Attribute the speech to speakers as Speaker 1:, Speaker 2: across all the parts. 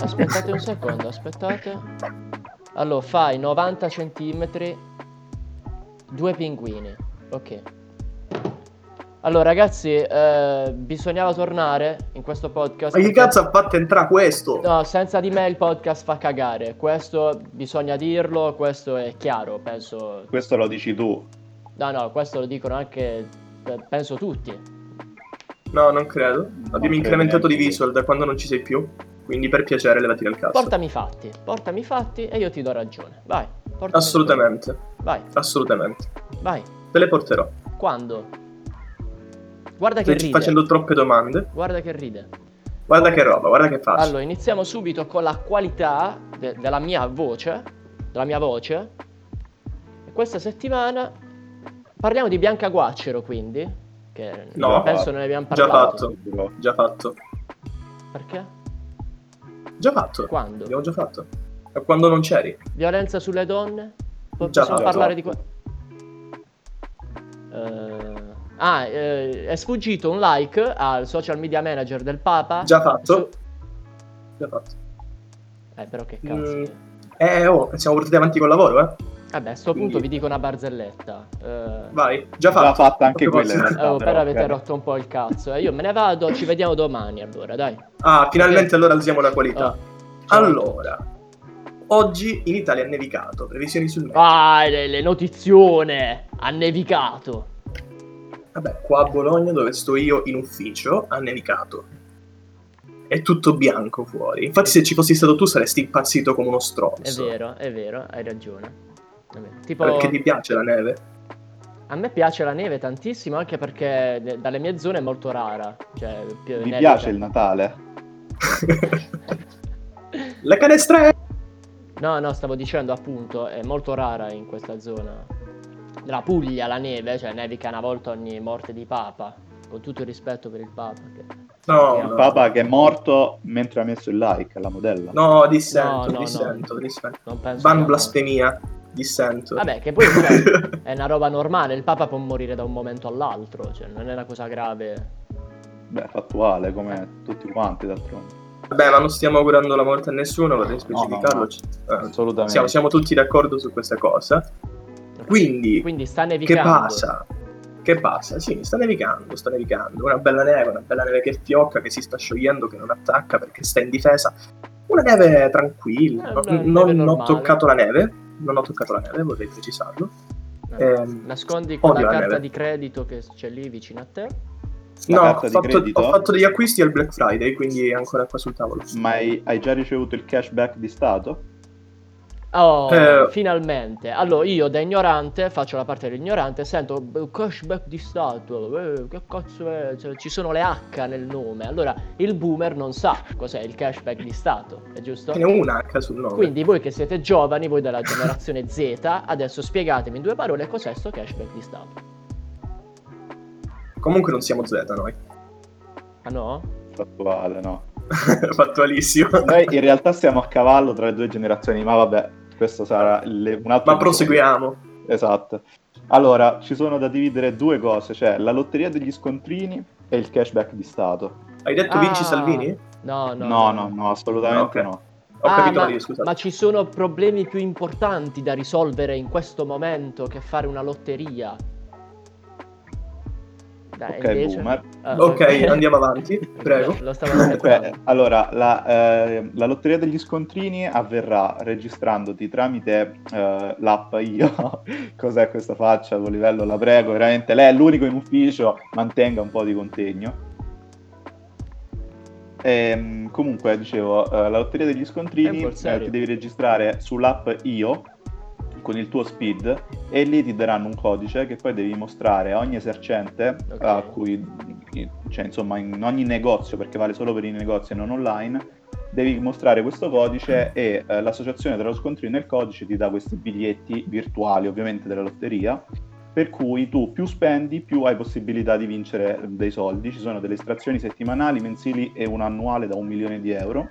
Speaker 1: Aspettate un secondo, aspettate. Allora, fai 90 centimetri, due pinguini. Ok. Allora, ragazzi, eh, bisognava tornare in questo podcast.
Speaker 2: Ma che
Speaker 1: perché-
Speaker 2: cazzo ha fatto entrare questo?
Speaker 1: No, senza di me il podcast fa cagare. Questo bisogna dirlo, questo è chiaro, penso.
Speaker 3: Questo lo dici tu.
Speaker 1: No, no, questo lo dicono anche, pe- penso tutti.
Speaker 2: No, non credo. Abbiamo
Speaker 3: credo
Speaker 2: incrementato di
Speaker 3: neanche io.
Speaker 2: visual da quando non ci sei più. Quindi per piacere levati dal cazzo.
Speaker 1: Portami i fatti, portami i fatti e io ti do ragione. Vai, portami i fatti.
Speaker 2: Assolutamente,
Speaker 1: Vai,
Speaker 2: assolutamente.
Speaker 1: vai.
Speaker 2: Te le porterò.
Speaker 1: Quando? Guarda che
Speaker 2: Stai
Speaker 1: ride.
Speaker 2: facendo troppe domande.
Speaker 1: Guarda che ride.
Speaker 2: Guarda che roba, guarda che faccio.
Speaker 1: Allora, iniziamo subito con la qualità de- della mia voce. Della mia voce. E questa settimana parliamo di Bianca Guaccero, quindi. Che
Speaker 2: No.
Speaker 1: penso non ne abbiamo
Speaker 2: Già
Speaker 1: parlato.
Speaker 2: fatto. Già fatto.
Speaker 1: Perché?
Speaker 2: Già fatto.
Speaker 1: Quando?
Speaker 2: Abbiamo già fatto. Da quando non c'eri.
Speaker 1: Violenza sulle donne? Po-
Speaker 2: Già
Speaker 1: Possiamo
Speaker 3: fatto.
Speaker 1: parlare di qua? Eh, ah, eh, è sfuggito un like al social media manager del Papa.
Speaker 2: Già fatto.
Speaker 1: Ah, Su-
Speaker 2: Già fatto.
Speaker 1: Eh, però che cazzo.
Speaker 2: Mm.
Speaker 1: che-
Speaker 2: Eh, oh, siamo portati avanti col lavoro, eh.
Speaker 1: Vabbè, a sto
Speaker 2: Quindi-
Speaker 1: punto vi dico una barzelletta. Eh,
Speaker 2: Vai. Già
Speaker 3: L'ha
Speaker 2: fatto.
Speaker 3: fatta anche
Speaker 2: Proprio
Speaker 3: quella. in realtà,
Speaker 1: oh, però avete
Speaker 3: ok.
Speaker 1: rotto un po' il cazzo. eh. Io me ne vado, ci vediamo domani allora, dai.
Speaker 2: Ah, finalmente allora alziamo la qualità.
Speaker 1: Oh, ciao a
Speaker 2: allora. Oggi in Italia è nevicato. Previsioni sul
Speaker 1: tutti.
Speaker 2: meteo.
Speaker 1: Ah, le, le notizione! Ha nevicato.
Speaker 2: Vabbè, qua a Bologna, dove sto io in ufficio, ha nevicato. È tutto bianco fuori. Infatti, se ci fossi stato tu, saresti impazzito come uno
Speaker 1: È
Speaker 2: stronzo.
Speaker 1: vero, è vero, hai ragione. È vero. Tipo...
Speaker 2: Perché ti piace la neve?
Speaker 1: A me piace la neve tantissimo anche perché de- dalle mie zone è molto rara. Cioè, pi-
Speaker 3: Mi
Speaker 1: nevica.
Speaker 3: piace il Natale.
Speaker 2: La canestra è.
Speaker 1: No, no, stavo dicendo appunto, è molto rara in questa zona. La Puglia, la neve, cioè nevica una volta ogni morte di Papa. Con tutto il rispetto per il Papa. Che...
Speaker 2: No,
Speaker 1: Il
Speaker 2: no.
Speaker 3: Il Papa che è morto mentre ha messo il like alla modella.
Speaker 2: No, dissento,
Speaker 1: No, no, no.
Speaker 2: dissento, dissento.
Speaker 1: Non penso.
Speaker 2: Ban
Speaker 1: che-
Speaker 2: blasfemia, dissento.
Speaker 1: Vabbè, che poi cioè, è una roba normale, il Papa può morire da un momento all'altro, cioè non è una cosa grave.
Speaker 3: Beh, fattuale come tutti quanti d'altronde.
Speaker 2: Vabbè, ma non stiamo augurando la morte a nessuno, vorrei specificarlo.
Speaker 3: no.
Speaker 2: Ci- eh,
Speaker 3: Assolutamente.
Speaker 2: siamo, siamo tutti d'accordo su questa cosa. Quindi,
Speaker 1: Quindi sta
Speaker 2: che
Speaker 1: nevicando.
Speaker 2: passa? Che passa? Sì, sta nevicando, sta nevicando. Una bella neve, una bella neve che fiocca, che si sta sciogliendo, che non attacca perché sta in difesa. Una neve tranquilla.
Speaker 1: Eh,
Speaker 2: No-
Speaker 1: una neve
Speaker 2: non ho
Speaker 1: normale.
Speaker 2: toccato la neve, non ho toccato la neve, vorrei precisarlo.
Speaker 1: Eh,
Speaker 2: Ehm,
Speaker 1: Nascondi quella
Speaker 2: odio la
Speaker 1: carta
Speaker 2: neve.
Speaker 1: di credito che c'è lì vicino a te.
Speaker 2: No,
Speaker 3: La
Speaker 2: ho
Speaker 3: carta di
Speaker 2: fatto,
Speaker 3: credito?
Speaker 2: ho fatto degli acquisti al Black Friday, quindi è ancora qua sul tavolo.
Speaker 3: Ma hai, hai già ricevuto il cashback di Stato?
Speaker 1: Oh,
Speaker 2: Eh.
Speaker 1: finalmente. Allora, io da ignorante, faccio la parte dell'ignorante, sento "Beh, cashback di Stato, eh, che cazzo è? Cioè, ci sono le H nel nome. Allora, il boomer non sa cos'è il cashback di Stato, è giusto?
Speaker 2: Ce n'è una H sul nome.
Speaker 1: Quindi voi che siete giovani, voi della generazione Z, adesso spiegatemi in due parole cos'è sto cashback di Stato.
Speaker 2: Comunque non siamo Z noi.
Speaker 1: Ah no?
Speaker 3: Fattuale, no.
Speaker 2: Fattualissimo.
Speaker 3: Noi in realtà siamo a cavallo tra le due generazioni, ma vabbè, questo sarà le- un altro...
Speaker 2: Ma proseguiamo.
Speaker 3: Esatto. Allora, ci sono da dividere due cose, cioè la lotteria degli scontrini e il cashback di Stato.
Speaker 2: Hai detto
Speaker 1: Ah,
Speaker 2: Vinci Salvini? Ho
Speaker 1: No, no.
Speaker 3: No, no, no, assolutamente
Speaker 2: Ok.
Speaker 3: no.
Speaker 1: Ah,
Speaker 2: capito
Speaker 1: ma,
Speaker 2: io, scusa.
Speaker 1: ma ci sono problemi più importanti da risolvere in questo momento che fare una lotteria. Dai,
Speaker 3: ok,
Speaker 1: invece-
Speaker 3: boomer.
Speaker 1: Ah,
Speaker 2: Ok, andiamo avanti, prego.
Speaker 1: Lo stavo
Speaker 3: Comunque,
Speaker 1: aspettando.
Speaker 3: allora, la, eh, la lotteria degli scontrini avverrà registrandoti tramite eh, l'app Io. Cos'è questa faccia? Livello, la prego, veramente. Lei è l'unico in ufficio, mantenga un po' di contegno. Ehm, comunque, dicevo, eh, la lotteria degli
Speaker 1: È
Speaker 3: scontrini
Speaker 1: un po'
Speaker 3: eh,
Speaker 1: serio.
Speaker 3: ti devi registrare sull'app Io con il tuo speed e lì ti daranno un codice che poi devi mostrare a ogni esercente
Speaker 1: Ok.
Speaker 3: a cui cioè insomma in ogni negozio perché vale solo per i negozi e non online devi mostrare questo codice e eh, l'associazione tra lo scontrino e il codice ti dà questi biglietti virtuali ovviamente della lotteria per cui tu più spendi più hai possibilità di vincere eh, dei soldi ci sono delle estrazioni settimanali mensili e una annuale da un milione di euro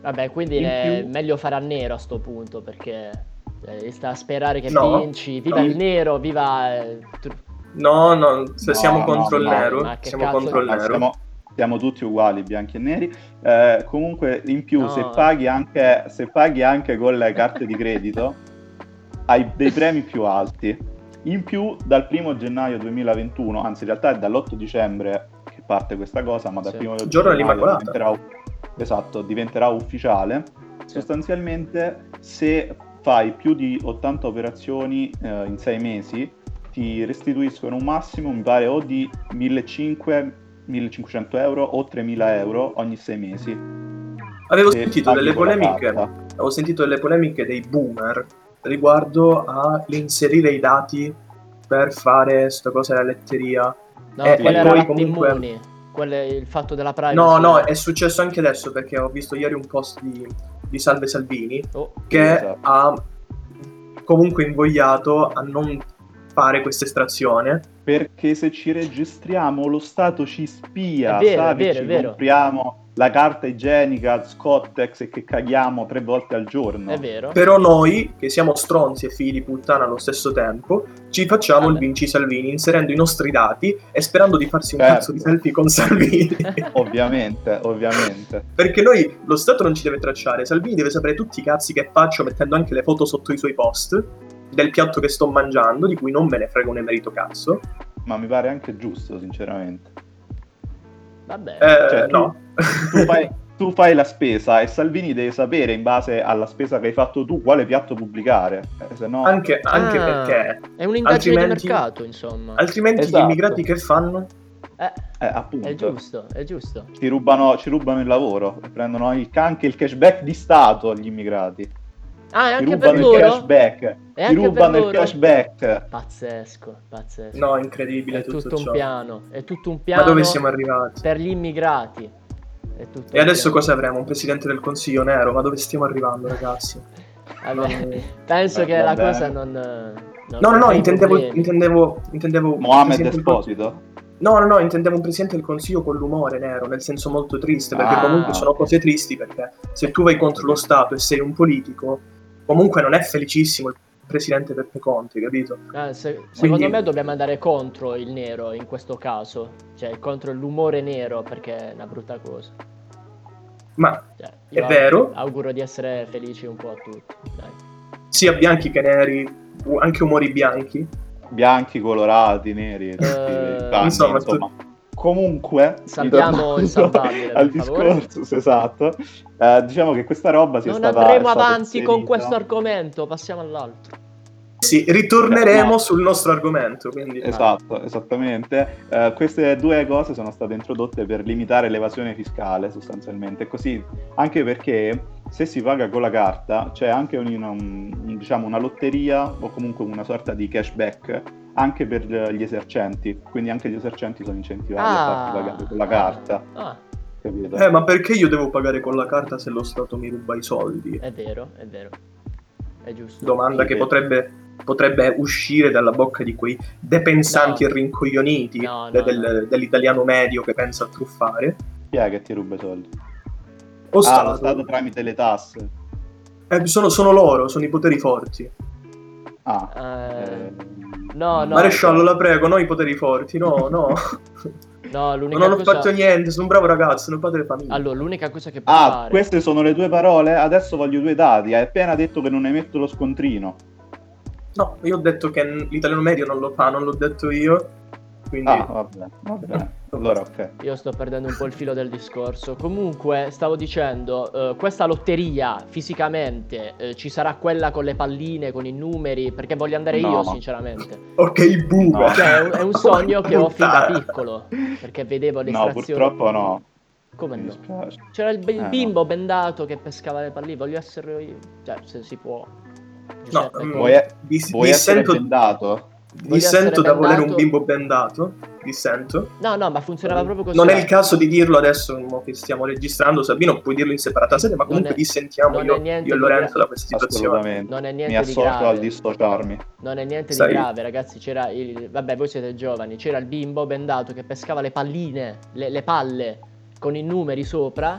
Speaker 1: Vabbè, quindi
Speaker 3: in
Speaker 1: è
Speaker 3: più-
Speaker 1: meglio fare a nero a sto punto perché eh, sta a sperare che
Speaker 2: No,
Speaker 1: vinci. Viva
Speaker 2: no.
Speaker 1: il nero, viva. eh, tru-
Speaker 2: No, no, se
Speaker 3: No,
Speaker 2: siamo
Speaker 3: no,
Speaker 2: contro il
Speaker 3: no,
Speaker 2: nero,
Speaker 1: ma che
Speaker 2: siamo
Speaker 1: cazzo
Speaker 2: contro il
Speaker 1: di-
Speaker 3: Ma
Speaker 2: nero.
Speaker 3: siamo, siamo tutti uguali, bianchi e neri. Eh, comunque, in più,
Speaker 1: No.
Speaker 3: se, paghi anche, se paghi anche con le carte di credito, hai dei premi più alti. In più, dal 1 gennaio 2021, anzi, in realtà è dall'8 dicembre che parte questa cosa, ma dal
Speaker 1: Sì.
Speaker 3: 1
Speaker 2: Giorno
Speaker 3: gennaio
Speaker 2: dell'Immacolata.
Speaker 3: Ah, diventerà, esatto, diventerà ufficiale. Sostanzialmente, se fai più di 80 operazioni eh, in 6 mesi, ti restituiscono un massimo, mi pare, o di 1500, 1500 euro o 3000 euro ogni 6 mesi.
Speaker 2: Avevo
Speaker 3: se
Speaker 2: sentito
Speaker 3: paghi
Speaker 2: delle
Speaker 3: con la
Speaker 2: polemiche
Speaker 3: carta.
Speaker 2: avevo sentito delle polemiche dei boomer riguardo all'inserire i dati per fare sta cosa della letteria.
Speaker 1: No,
Speaker 2: Eh,
Speaker 1: quella
Speaker 3: e
Speaker 1: era
Speaker 3: poi
Speaker 1: la
Speaker 2: comunque-
Speaker 1: Timmoni. Quello è il fatto della privacy.
Speaker 2: No, no, è successo anche adesso perché ho visto ieri un post di, di Salve Salvini
Speaker 1: Oh,
Speaker 2: che
Speaker 3: Esatto.
Speaker 2: ha comunque invogliato a non fare questa estrazione.
Speaker 3: Perché se ci registriamo lo Stato ci spia,
Speaker 1: È vero, è
Speaker 3: sa che
Speaker 1: vero,
Speaker 3: ci
Speaker 1: è vero.
Speaker 3: compriamo la carta igienica, Scottex e che caghiamo tre volte al giorno.
Speaker 1: è vero.
Speaker 2: Però noi, che siamo stronzi e figli di puttana allo stesso tempo, ci facciamo
Speaker 1: Vabbè.
Speaker 2: il Vinci Salvini inserendo i nostri dati e sperando di farsi un
Speaker 3: Certo.
Speaker 2: cazzo di selfie con Salvini.
Speaker 1: Eh.
Speaker 3: Ovviamente, ovviamente.
Speaker 2: Perché noi lo Stato non ci deve tracciare, Salvini deve sapere tutti i cazzi che faccio mettendo anche le foto sotto i suoi post del piatto che sto mangiando, di cui non me ne frega un emerito cazzo.
Speaker 3: Ma mi pare anche giusto, sinceramente.
Speaker 1: Vabbè.
Speaker 2: Eh,
Speaker 3: Cioè, tu-
Speaker 2: no.
Speaker 3: Tu fai, tu fai la spesa e Salvini deve sapere, in base alla spesa che hai fatto tu, quale piatto pubblicare. Eh, se no...
Speaker 2: anche anche
Speaker 1: Ah.
Speaker 2: perché
Speaker 1: È un'indagine
Speaker 2: altrimenti-
Speaker 1: di mercato, insomma.
Speaker 2: altrimenti
Speaker 3: Esatto.
Speaker 2: gli immigrati che fanno?
Speaker 1: Eh,
Speaker 3: Eh, appunto.
Speaker 1: è giusto, è giusto.
Speaker 3: Ci rubano, ci rubano il lavoro, e prendono il- anche il cashback di Stato agli immigrati. Ci
Speaker 1: Ah, è anche
Speaker 3: rubano
Speaker 1: per
Speaker 3: il
Speaker 1: loro.
Speaker 3: cashback.
Speaker 1: È
Speaker 3: Ti
Speaker 1: anche
Speaker 3: rubano
Speaker 1: per
Speaker 3: il
Speaker 1: loro.
Speaker 3: cashback.
Speaker 1: Pazzesco, pazzesco.
Speaker 2: No, è incredibile
Speaker 1: è tutto,
Speaker 2: tutto,
Speaker 1: un
Speaker 2: ciò.
Speaker 1: piano, è tutto un piano.
Speaker 2: Ma dove siamo arrivati?
Speaker 1: Per gli immigrati. È tutto
Speaker 2: E
Speaker 1: un
Speaker 2: adesso
Speaker 1: piano.
Speaker 2: cosa avremo? Un presidente del consiglio nero? Ma dove stiamo arrivando, ragazzi?
Speaker 1: Vabbè, penso
Speaker 3: Eh,
Speaker 1: che la
Speaker 3: vabbè.
Speaker 1: cosa non... non-
Speaker 2: No, no,
Speaker 1: non
Speaker 2: no,
Speaker 1: crei
Speaker 2: intendevo,
Speaker 1: problemi.
Speaker 2: intendevo, intendevo un
Speaker 3: Mohamed
Speaker 2: presidente del consiglio-
Speaker 3: Esposito.
Speaker 2: No, no, no, intendevo un presidente del consiglio con l'umore nero, nel senso molto triste, perché
Speaker 3: Ah,
Speaker 2: comunque sono
Speaker 3: ok.
Speaker 2: cose tristi, perché se tu vai contro lo Stato e sei un politico, comunque non è felicissimo il presidente Peppe Conte, capito?
Speaker 1: Eh, se- secondo
Speaker 2: Quindi-
Speaker 1: me dobbiamo andare contro il nero in questo caso, cioè contro l'umore nero perché è una brutta cosa.
Speaker 2: Ma
Speaker 1: Cioè,
Speaker 2: È
Speaker 1: io au-
Speaker 2: vero.
Speaker 1: Auguro di essere felici un po' a tutti. dai.
Speaker 2: sia bianchi che neri, u- anche umori bianchi,
Speaker 3: Bianchi, colorati, neri. tutti
Speaker 1: Eh,
Speaker 3: tanti,
Speaker 2: insomma,
Speaker 3: insomma, Comunque,
Speaker 1: Salviamo
Speaker 3: ritornando
Speaker 1: il salvabile,
Speaker 3: al
Speaker 1: per favore.
Speaker 3: discorso, esatto. Eh, diciamo che questa roba sia
Speaker 1: Non
Speaker 3: stata.
Speaker 1: andremo
Speaker 3: è stata
Speaker 1: avanti con
Speaker 3: inserita.
Speaker 1: questo argomento, passiamo all'altro.
Speaker 2: sì, ritorneremo
Speaker 3: Eh, No.
Speaker 2: sul nostro argomento, quindi...
Speaker 3: Esatto, esattamente. Eh, queste due cose sono state introdotte per limitare l'evasione fiscale sostanzialmente, così anche perché se si paga con la carta c'è anche un- un- un- diciamo, una lotteria o comunque una sorta di cashback anche per eh, gli esercenti, quindi anche gli esercenti sono incentivati a farsi pagare con la
Speaker 1: ah,
Speaker 3: carta,
Speaker 1: ah,
Speaker 3: capito?
Speaker 2: Eh, ma perché io devo pagare con la carta se lo Stato mi ruba i soldi?
Speaker 1: è vero, è vero. È giusto.
Speaker 2: Domanda che
Speaker 3: Sì.
Speaker 2: potrebbe, potrebbe uscire dalla bocca di quei depensanti
Speaker 1: No.
Speaker 2: e rincoglioniti
Speaker 1: No, no,
Speaker 2: de- del- dell'italiano medio che pensa a truffare.
Speaker 3: Chi è che ti ruba i soldi?
Speaker 2: O
Speaker 3: Ah, lo
Speaker 2: Stato.
Speaker 3: Stato tramite le tasse.
Speaker 2: Eh, sono, sono loro, sono i poteri forti.
Speaker 3: Ah,
Speaker 1: Eh,
Speaker 3: ehm,
Speaker 1: no, no.
Speaker 2: Maresciallo, la prego, no i poteri forti, no, no.
Speaker 3: Eh.
Speaker 1: no, l'unica
Speaker 2: non ho
Speaker 1: cosa...
Speaker 2: fatto niente, sono un bravo ragazzo, sono un padre di famiglia.
Speaker 1: Allora, l'unica cosa che può
Speaker 3: Ah,
Speaker 1: fare...
Speaker 3: queste sono le tue parole? Adesso voglio i tuoi dati. Hai appena detto che non emetto lo scontrino.
Speaker 2: No, io ho detto che n- l'italiano medio non lo fa, non l'ho detto io. Quindi...
Speaker 3: Ah, vabbè, vabbè. Allora, ok.
Speaker 1: Io sto perdendo un po' il filo del discorso. Comunque, stavo dicendo, eh, questa lotteria fisicamente eh, ci sarà quella con le palline, con i numeri, perché voglio andare
Speaker 3: No.
Speaker 1: io, sinceramente.
Speaker 2: Ok, boomer.
Speaker 3: No.
Speaker 1: Cioè, è un, è un sogno che ho fin da
Speaker 2: Puttana.
Speaker 1: piccolo, perché vedevo le
Speaker 3: No,
Speaker 1: estrazioni.
Speaker 3: purtroppo no.
Speaker 1: Come
Speaker 3: Mi
Speaker 1: no?
Speaker 3: dispiace.
Speaker 1: C'era il, b- il
Speaker 3: Eh, no.
Speaker 1: bimbo bendato che pescava le palline, voglio essere io. Cioè, se si può.
Speaker 2: No,
Speaker 1: Giuseppe,
Speaker 2: mm,
Speaker 1: come-
Speaker 3: Vuoi,
Speaker 2: dis-
Speaker 3: vuoi essere
Speaker 2: dissento,
Speaker 3: bendato?
Speaker 1: Voglio
Speaker 2: dissento
Speaker 1: Certo, essere
Speaker 2: da volere un
Speaker 1: bendato.
Speaker 2: bimbo bendato. Dissento.
Speaker 1: No, no, ma funzionava proprio così.
Speaker 2: Non è il caso di dirlo adesso mo che stiamo registrando, Sabino, puoi dirlo in separata sede, ma comunque
Speaker 1: è-
Speaker 2: dissentiamo
Speaker 1: non
Speaker 2: io,
Speaker 1: è niente
Speaker 2: io e
Speaker 1: di
Speaker 2: Lorenzo
Speaker 1: gra-
Speaker 2: da questa situazione.
Speaker 3: Assolutamente.
Speaker 1: Non è
Speaker 3: Mi
Speaker 1: niente di
Speaker 3: associo
Speaker 1: grave.
Speaker 3: al dissociarmi.
Speaker 1: Non è niente
Speaker 2: Sai-
Speaker 1: di grave, ragazzi. C'era il. Vabbè, voi siete giovani. C'era il bimbo bendato che pescava le palline, le, le palle con i numeri sopra.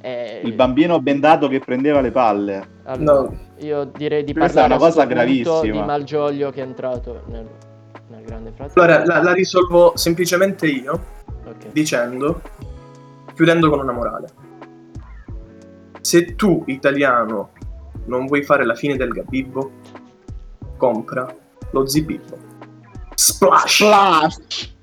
Speaker 1: e-
Speaker 3: Il bambino bendato che prendeva le palle.
Speaker 1: Allora,
Speaker 2: No,
Speaker 1: Io direi di
Speaker 3: Questa è
Speaker 1: parlare
Speaker 3: una cosa
Speaker 1: a sto punto
Speaker 3: gravissima.
Speaker 1: di Malgioglio che è entrato nel, nel grande fratello.
Speaker 2: allora la, la risolvo semplicemente io
Speaker 1: Ok.
Speaker 2: dicendo chiudendo con una morale. Se tu, italiano, non vuoi fare la fine del gabibbo, compra lo zibibbo. Splash!
Speaker 3: Splash!